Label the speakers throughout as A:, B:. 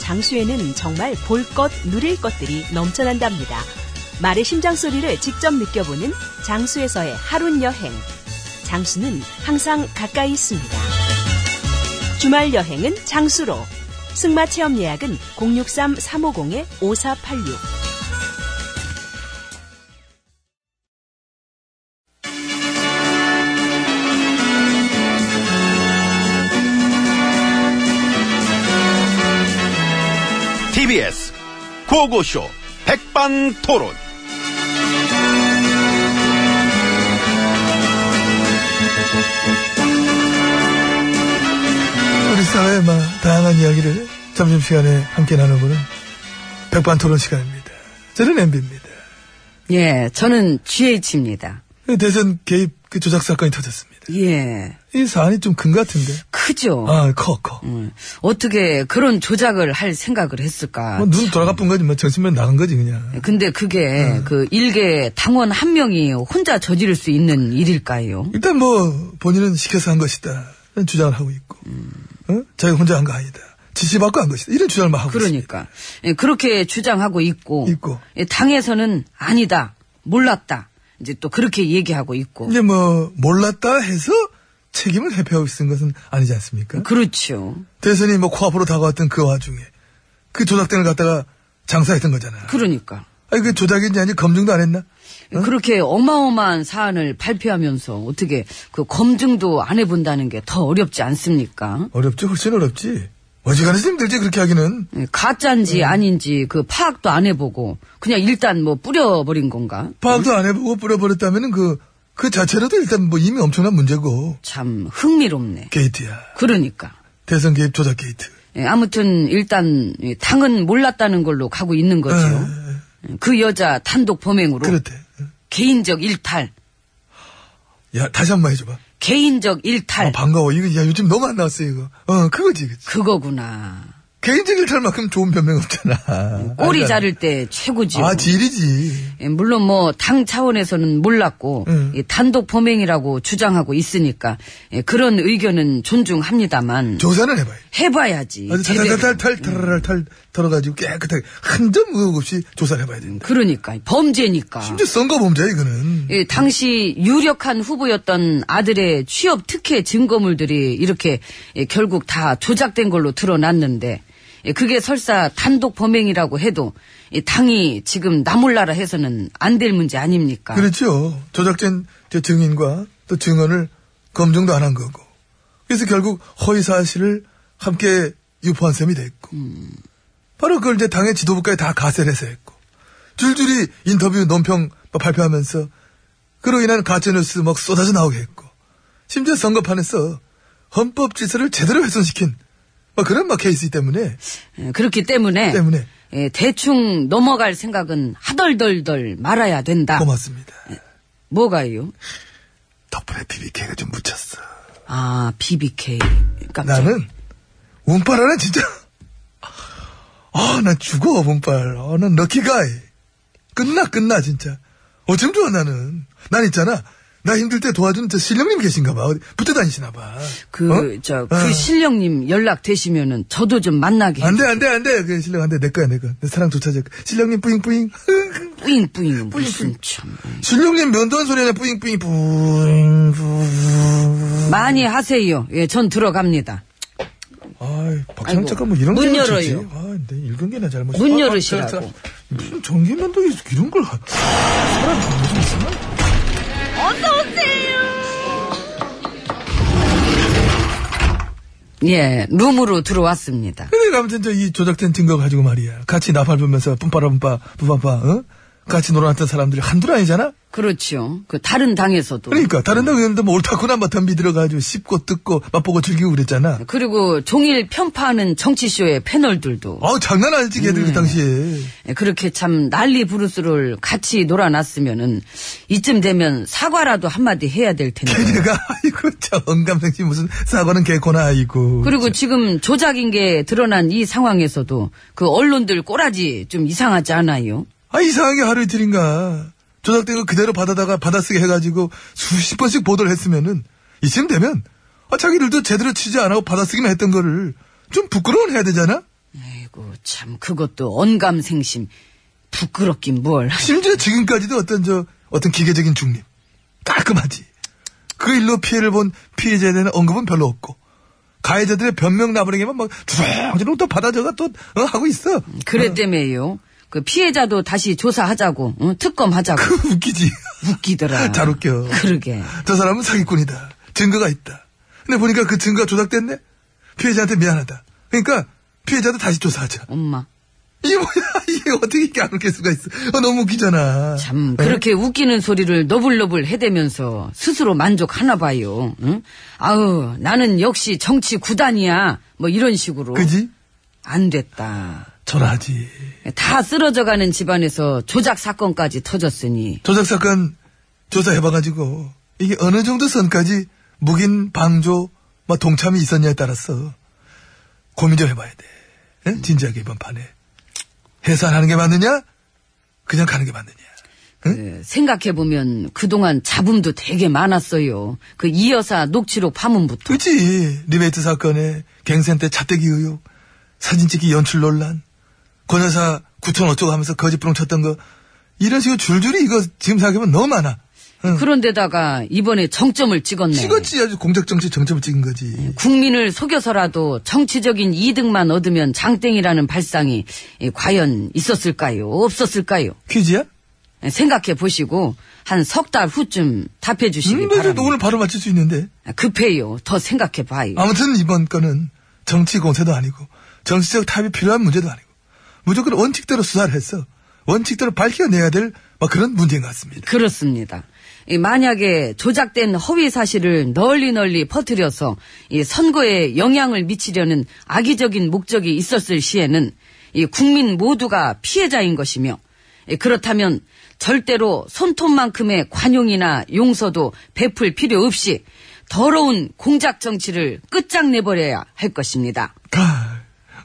A: 장수에는 정말 볼 것, 누릴 것들이 넘쳐난답니다. 말의 심장 소리를 직접 느껴보는 장수에서의 하룬 여행. 장수는 항상 가까이 있습니다. 주말 여행은 장수로. 승마 체험 예약은 063-350-5486.
B: TBS 고고쇼 백반토론.
C: 우리 사회의 막 다양한 이야기를 점심시간에 함께 나눠보는 백반토론 시간입니다. 저는 MB입니다.
D: 예, 저는 GH입니다.
C: 대선 개입 그 조작 사건이 터졌습니다.
D: 예,
C: 이 사안이 좀 큰 것 같은데.
D: 크죠.
C: 아, 커, 커.
D: 어. 음, 어떻게 그런 조작을 할 생각을 했을까?
C: 뭐눈 돌아가쁜 거지, 뭐 정신면 나간 거지, 그냥.
D: 근데 그게
C: 네.
D: 그 일개 당원 한 명이 혼자 저지를 수 있는 일일까요?
C: 일단 뭐, 본인은 시켜서 한 것이다. 이런 주장을 하고 있고.
D: 음.
C: 어? 자기가 혼자 한 거 아니다. 지시받고 한 것이다. 이런 주장을 막 하고 있습니다.
D: 그러니까 예, 그렇게 주장하고 있고,
C: 있고.
D: 예, 당에서는 아니다, 몰랐다. 이제 또 그렇게 얘기하고 있고.
C: 이제 뭐, 몰랐다 해서 책임을 회피하고 있은 것은 아니지 않습니까?
D: 그렇죠.
C: 대선이 뭐 코앞으로 다가왔던 그 와중에 그 조작된을 갖다가 장사했던 거잖아.
D: 그러니까
C: 아니 그 조작인지 아니 검증도 안 했나?
D: 그렇게 어마어마한 사안을 발표하면서 어떻게 그 검증도 안 해본다는 게 더 어렵지 않습니까?
C: 어렵지 훨씬 어렵지. 어지간해서 힘들지 그렇게 하기는.
D: 예,
C: 네.
D: 가짜인지 아닌지 그 파악도 안 해보고 그냥 일단 뭐 뿌려버린 건가?
C: 파악도 안 해보고 뿌려버렸다면은 그, 그 자체로도 일단 뭐 이미 엄청난 문제고.
D: 참 흥미롭네.
C: 게이트야.
D: 그러니까.
C: 대선 개입 조작 게이트.
D: 예, 아무튼 일단 이 당은 몰랐다는 걸로 가고 있는 거죠. 예, 그 여자 단독 범행으로
C: 그렇대.
D: 개인적 일탈,
C: 야, 다시 한 번 해줘봐.
D: 개인적 일탈
C: 아, 반가워. 이거, 야, 요즘 너무 안 나왔어, 이거. 어, 그거지, 그지. 아,
D: 그거구나.
C: 개인적 일탈만큼 좋은 변명 없잖아.
D: 꼬리
C: 알잖아.
D: 자를 때 최고죠.
C: 그러니까. 아, 질이지.
D: 예, 물론 뭐 당 차원에서는 몰랐고
C: 음.
D: 이 단독 범행이라고 주장하고 있으니까 예, 그런 의견은 존중합니다만
C: 조사는 해봐요.
D: 해봐야지.
C: 아주
D: 제대로.
C: 탈탈탈탈 탈탈탈 털어가지고 깨끗하게 한 점 의혹 없이 조사를 해봐야 된다.
D: 그러니까 범죄니까.
C: 심지어 선거 범죄야 이거는.
D: 예, 당시 유력한 후보였던 아들의 취업 특혜 증거물들이 이렇게 예, 결국 다 조작된 걸로 드러났는데 예, 그게 설사 단독 범행이라고 해도 이 당이 지금 나몰라라 해서는 안 될 문제 아닙니까?
C: 그렇죠. 조작된 저 증인과 또 증언을 검증도 안 한 거고. 그래서 결국 허위 사실을 함께 유포한 셈이 됐고.
D: 음.
C: 바로 그걸 이제 당의 지도부까지 다 가세를 해서 했고. 줄줄이 인터뷰 논평 뭐 발표하면서 그로 인한 가짜뉴스 막 쏟아져 나오게 했고. 심지어 선거판에서 헌법 질서를 제대로 훼손시킨 막 그런 막 케이스 때문에
D: 예, 그렇기 때문에,
C: 때문에.
D: 예, 대충 넘어갈 생각은 하덜덜덜 말아야 된다.
C: 고맙습니다.
D: 뭐가요?
C: 덕분에 BBK가 좀 묻혔어.
D: 아 BBK 깜짝.
C: 나는 운빨 하나 진짜 아 나 죽어 운빨 아난 럭키가이 끝나 끝나 진짜 어쩜 좋아 나는 난 있잖아 나 힘들 때 도와준 저 신령님 계신가 봐 어디 붙어 다니시나
D: 그,
C: 봐그
D: 저, 그 신령님 연락 되시면은 저도 좀 만나게.
C: 안돼 안돼 안돼 그 신령 안돼 내 거야 내거내 사랑 조차제 신령님 뿌잉뿌잉
D: 뿌잉뿌잉. 무슨 참.
C: 신령님 면도한 소리냐 뿌잉뿌잉 뿌잉 뿌잉
D: 많이 하세요. 예, 전 들어갑니다.
C: 아이, 박찬욱
D: 아이고,
C: 작가 뭐 이런
D: 문
C: 게
D: 열어요.
C: 어쩌지? 아, 내 읽은 게나 잘못이
D: 문
C: 아, 아,
D: 열으시라고.
C: 자, 자, 무슨 정기면도 이런 걸 하. 사람 정신 있으나?
D: 예, 룸으로 들어왔습니다.
C: 근데 아무튼 저 이 조작된 증거 가지고 말이야. 같이 나팔 불면서 뿜빠라뿜빠, 뿜빠빠, 어? 같이 놀아났던 사람들이 한둘 아니잖아?
D: 그렇죠. 그 다른 당에서도.
C: 그러니까 다른 당 의원들 뭐 옳다구나 마탄 비들어가지고 씹고 뜯고 맛보고 즐기고 그랬잖아.
D: 그리고 종일 편파하는 정치쇼의 패널들도 예,
C: 아우 어, 장난 아니지 걔들
D: 음.
C: 그 당시에.
D: 그렇게 참 난리 부르스를 같이 놀아놨으면은 이쯤 되면 사과라도 한마디 해야 될 텐데.
C: 걔네가 아이고 참 언감생심 무슨 사과는 개코나 아이고.
D: 그리고 지금 조작인 게 드러난 이 상황에서도 그 언론들 꼬라지 좀 이상하지 않아요?
C: 아 이상하게 하루 이틀인가 조작된 거 그대로 받아다가 받아쓰게 해가지고 수십 번씩 보도를 했으면은 이쯤 되면 아 자기들도 제대로 취재 안 하고 받아쓰기만 했던 거를 좀 부끄러운 해야 되잖아.
D: 아이고 참 그것도 언감생심 부끄럽긴 뭘.
C: 심지어 지금까지도 어떤 저 어떤 기계적인 중립 깔끔하지 그 일로 피해를 본 피해자에 대한 언급은 별로 없고 가해자들의 변명 나부랭에만 막 주렁주렁 또 받아져가 또 어, 하고 있어
D: 그랬다며요. 그 피해자도 다시 조사하자고 응? 특검하자고
C: 웃기지
D: 웃기더라.
C: 그 잘 웃겨
D: 그러게.
C: 저 사람은 사기꾼이다 증거가 있다 근데 보니까 그 증거가 조작됐네 피해자한테 미안하다 그러니까 피해자도 다시 조사하자
D: 엄마
C: 이게 뭐야 이게 어떻게 이렇게 안 웃길 수가 있어 어, 너무 웃기잖아
D: 참
C: 어?
D: 그렇게 웃기는 소리를 너블너블 해대면서 스스로 만족하나 봐요. 응? 아우 나는 역시 정치 구단이야. 뭐 이런 식으로.
C: 그지
D: 안 됐다.
C: 전하지
D: 다 쓰러져가는 집안에서 조작 사건까지 터졌으니
C: 조작 사건 조사해봐가지고 이게 어느 정도 선까지 묵인 방조 막 동참이 있었냐에 따라서 고민 좀 해봐야 돼. 예? 진지하게 이번 판에 해산하는 게 맞느냐? 그냥 가는 게 맞느냐?
D: 생각해 보면 그동안 잡음도 되게 많았어요. 그 이 여사 녹취록 파문부터
C: 그치 리베이트 사건에 갱생 때 잣대기 의혹, 사진 찍기 연출 논란, 권여사 9천 어쩌고 하면서 거짓부렁 쳤던 거 이런 식으로 줄줄이 이거 지금 생각해보면 너무 많아. 응.
D: 그런데다가 이번에 정점을 찍었네. 네.
C: 찍었지 아주 공작 정치 정점을 찍은 거지.
D: 국민을 속여서라도 정치적인 이득만 얻으면 장땡이라는 발상이 예, 과연 있었을까요? 없었을까요?
C: 퀴즈야?
D: 예, 생각해 보시고 한 석 달 후쯤 답해 주시기
C: 음,
D: 바랍니다.
C: 너 오늘 바로 맞출 수 있는데.
D: 급해요. 더 생각해 봐요.
C: 아무튼 이번 건은 정치 공세도 아니고 정치적 타협이 필요한 문제도 아니고 무조건 원칙대로 수사를 했어. 원칙대로 밝혀내야 될 막 그런 문제인 것 같습니다.
D: 그렇습니다. 이 만약에 조작된 허위 사실을 널리 널리 퍼뜨려서 이 선거에 영향을 미치려는 악의적인 목적이 있었을 시에는 이 국민 모두가 피해자인 것이며 이 그렇다면 절대로 손톱만큼의 관용이나 용서도 베풀 필요 없이 더러운 공작 정치를 끝장내버려야 할 것입니다.
C: 아,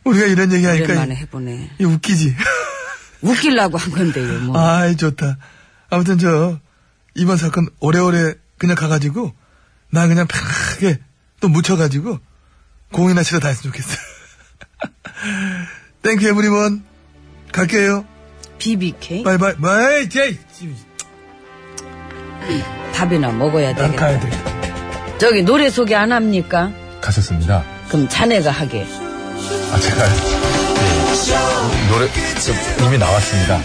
C: 우리가 이런 얘기하니까
D: 오랜만에 해보네.
C: 이 웃기지.
D: 웃기려고 한 건데요. 뭐.
C: 아이 좋다. 아무튼 저 이번 사건 오래오래 그냥 가가지고 나 그냥 편하게 또 묻혀가지고 공이나 치러 다녔으면 좋겠어. 땡큐 에브리원 갈게요.
D: BBK
C: 바이바이. 바이 제이.
D: 밥이나 먹어야
C: 난
D: 되겠다.
C: 가야 돼.
D: 저기 노래 소개 안 합니까?
E: 가셨습니다.
D: 그럼 자네가 하게.
E: 아, 제가. 예. 노래, 저, 이미 나왔습니다.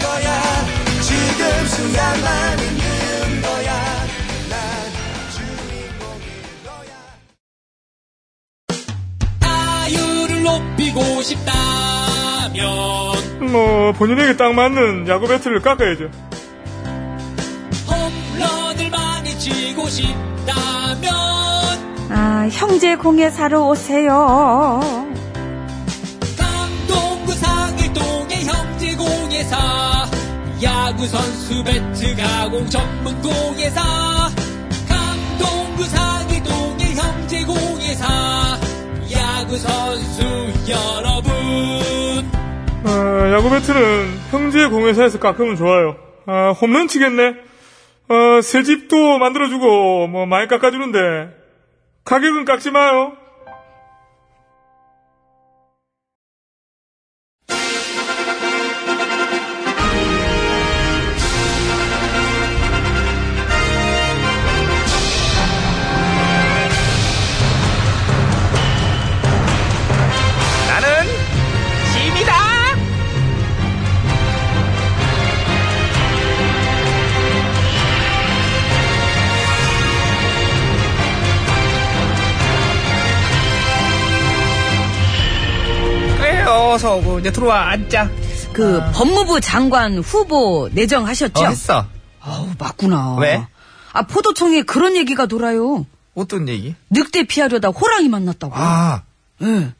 F: 아유를 높이고 싶다면
G: 뭐 본인에게 딱 맞는 야구 배트를 깎아야죠.
F: 홈런을 많이 치고 싶다면
H: 아, 형제 공예사로 오세요.
F: 강동구 상일동의 형제공예사 야구선수 배트 가공 전문공예사 강동구 상일동의 형제공예사 야구선수 여러분
G: 아, 야구 배트는 형제 공회사에서 깎으면 좋아요. 아, 홈런 치겠네. 아, 새 집도 만들어주고 뭐 많이 깎아주는데 가격은 깎지 마요.
C: 어서 오고 이제 들어와 앉자.
D: 그 법무부 장관 후보 내정하셨죠?
C: 어, 했어.
D: 아우 맞구나.
C: 왜?
D: 아 포도청에 그런 얘기가 돌아요.
C: 어떤 얘기?
D: 늑대 피하려다 호랑이 만났다고.
C: 아.
D: 예.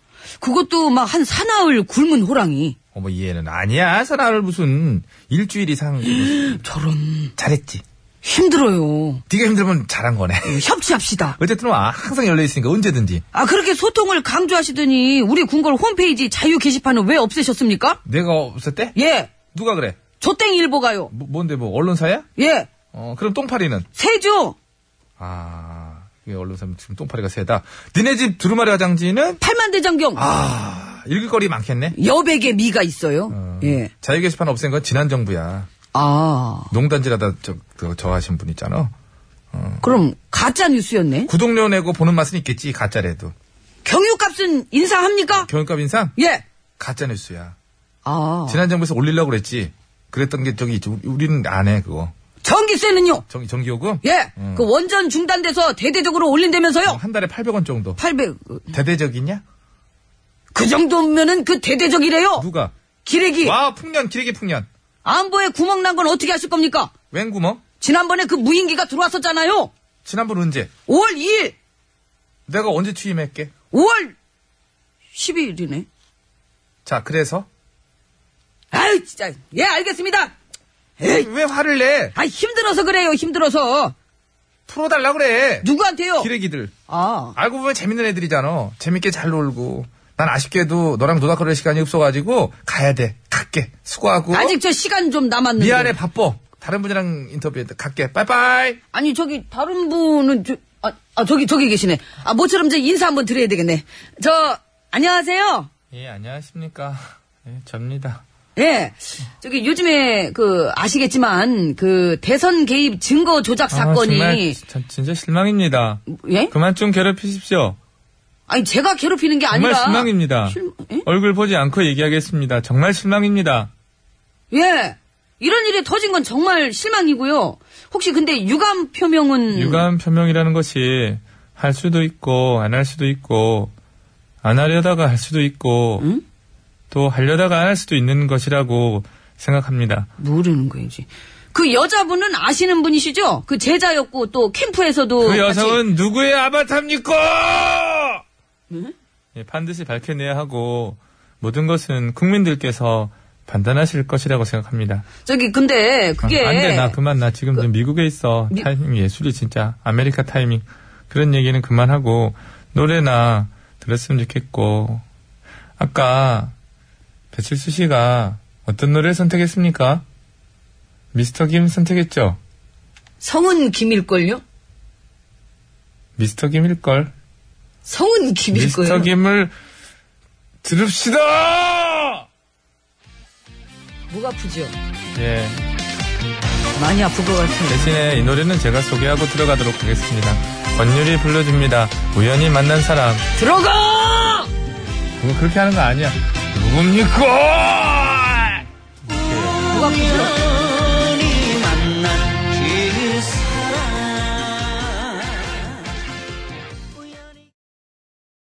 D: 그것도 막 한 사나흘 굶은 호랑이.
C: 어머 얘는 아니야 사나를 무슨 일주일 이상 무슨.
D: 저런
C: 잘했지.
D: 힘들어요. 예,
C: 네가 힘들면 잘한 거네.
D: 협치합시다.
C: 어쨌든 와 항상 열려 있으니까 언제든지.
D: 아 그렇게 소통을 강조하시더니 우리 궁궐 홈페이지 자유 게시판은 왜 없애셨습니까?
C: 내가 없을 때?
D: 예.
C: 누가 그래?
D: 조땡일보가요.
C: 뭐, 뭔데 뭐 언론사야?
D: 예.
C: 어 그럼 똥파리는?
D: 세조
C: 아 이게 언론사면 지금 똥파리가 세다. 니네 집 두루마리 화장지는?
D: 팔만대장경
C: 아 읽을 거리 많겠네.
D: 여백의 미가 있어요. 예.
C: 자유 게시판 없앤 건 지난 정부야.
D: 아
C: 농단질하다 저, 저, 저 하신 분 있잖아.
D: 그럼 가짜 뉴스였네.
C: 구독료 내고 보는 맛은 있겠지 가짜래도.
D: 경유값은 인상합니까?
C: 경영값 인상?
D: 예.
C: 가짜 뉴스야.
D: 아
C: 지난 정부에서 올리려고 그랬지. 그랬던 게 저기 있지. 우리- 우리는 안 해 그거.
D: 전기세는요.
C: 정 전기요금?
D: 예.
C: 음.
D: 그 원전 중단돼서 대대적으로 올린다면서요.
C: 한 달에 800원 정도.
D: 800.
C: 대대적이냐?
D: 그 정도면은 그 대대적이래요.
C: 누가?
D: 기레기.
C: 와 풍년 기레기 풍년.
D: 안보에 구멍 난 건 어떻게 하실 겁니까?
C: 웬 구멍?
D: 지난번에 그 무인기가 들어왔었잖아요.
C: 지난번 언제?
D: 5월 2일,
C: 내가 언제 취임했게?
D: 5월 12일이네.
C: 자 그래서
D: 아유, 진짜. 예, 알겠습니다. 에이,
C: 왜 화를 내?
D: 아, 힘들어서 그래요, 힘들어서.
C: 풀어달라 그래.
D: 누구한테요?
C: 기레기들.
D: 아,
C: 알고 보면 재밌는 애들이잖아. 재밌게 잘 놀고. 난 아쉽게도 너랑 노닥거릴 시간이 없어가지고 가야 돼. 갈게. 수고하고.
D: 아직 저 시간 좀 남았는데.
C: 미안해 바빠. 다른 분이랑 인터뷰했다. 갈게. 빠이빠이.
D: 아니, 저기, 다른 분은, 저, 아, 아, 저기, 저기 계시네. 아, 모처럼 저 인사 한번 드려야 되겠네. 저, 안녕하세요.
C: 예 안녕하십니까. 예 접니다.
D: 예. 저기, 요즘에, 그, 아시겠지만, 그, 대선 개입 증거 조작 사건이.
C: 아, 진짜 실망입니다.
D: 예?
C: 그만 좀 괴롭히십시오.
D: 아니, 제가 괴롭히는 게
C: 정말
D: 아니라.
C: 실망입니다.
D: 실- 예?
C: 얼굴 보지 않고 얘기하겠습니다. 정말 실망입니다.
D: 예. 이런 일이 터진 건 정말 실망이고요. 혹시 근데 유감 표명은
C: 유감 표명이라는 것이 할 수도 있고 안 할 수도 있고 안 하려다가 할 수도 있고
D: 음?
C: 또 하려다가 안 할 수도 있는 것이라고 생각합니다.
D: 모르는 거지. 그 여자분은 아시는 분이시죠? 그 제자였고 또 캠프에서도
C: 그
D: 같이-
C: 여성은 누구의 아바타입니까? 예, 반드시 밝혀내야 하고 모든 것은 국민들께서 판단하실 것이라고 생각합니다.
D: 저기 근데 그게
C: 아, 안 돼, 나 그만, 나 지금 좀 미국에 있어.
D: 미-
C: 타이밍 예술이 진짜. 아메리카 타이밍. 그런 얘기는 그만하고, 노래나 들었으면 좋겠고. 아까, 배칠수 씨가 어떤 노래를 선택했습니까? 미스터 김 선택했죠?
D: 성은 김일걸요?
C: 미스터 김일걸.
D: 성은 김일거예요.
C: 미스터 김을 들읍시다!
D: 목 아프죠?
C: 예.
D: 많이 아플 것 같아요.
C: 대신에 이 노래는 제가 소개하고 들어가도록 하겠습니다. 권율이 불러줍니다. 우연히 만난 사람.
D: 들어가!
C: 그거 그렇게 하는 거 아니야. 누굽니까?
D: 목 아프죠?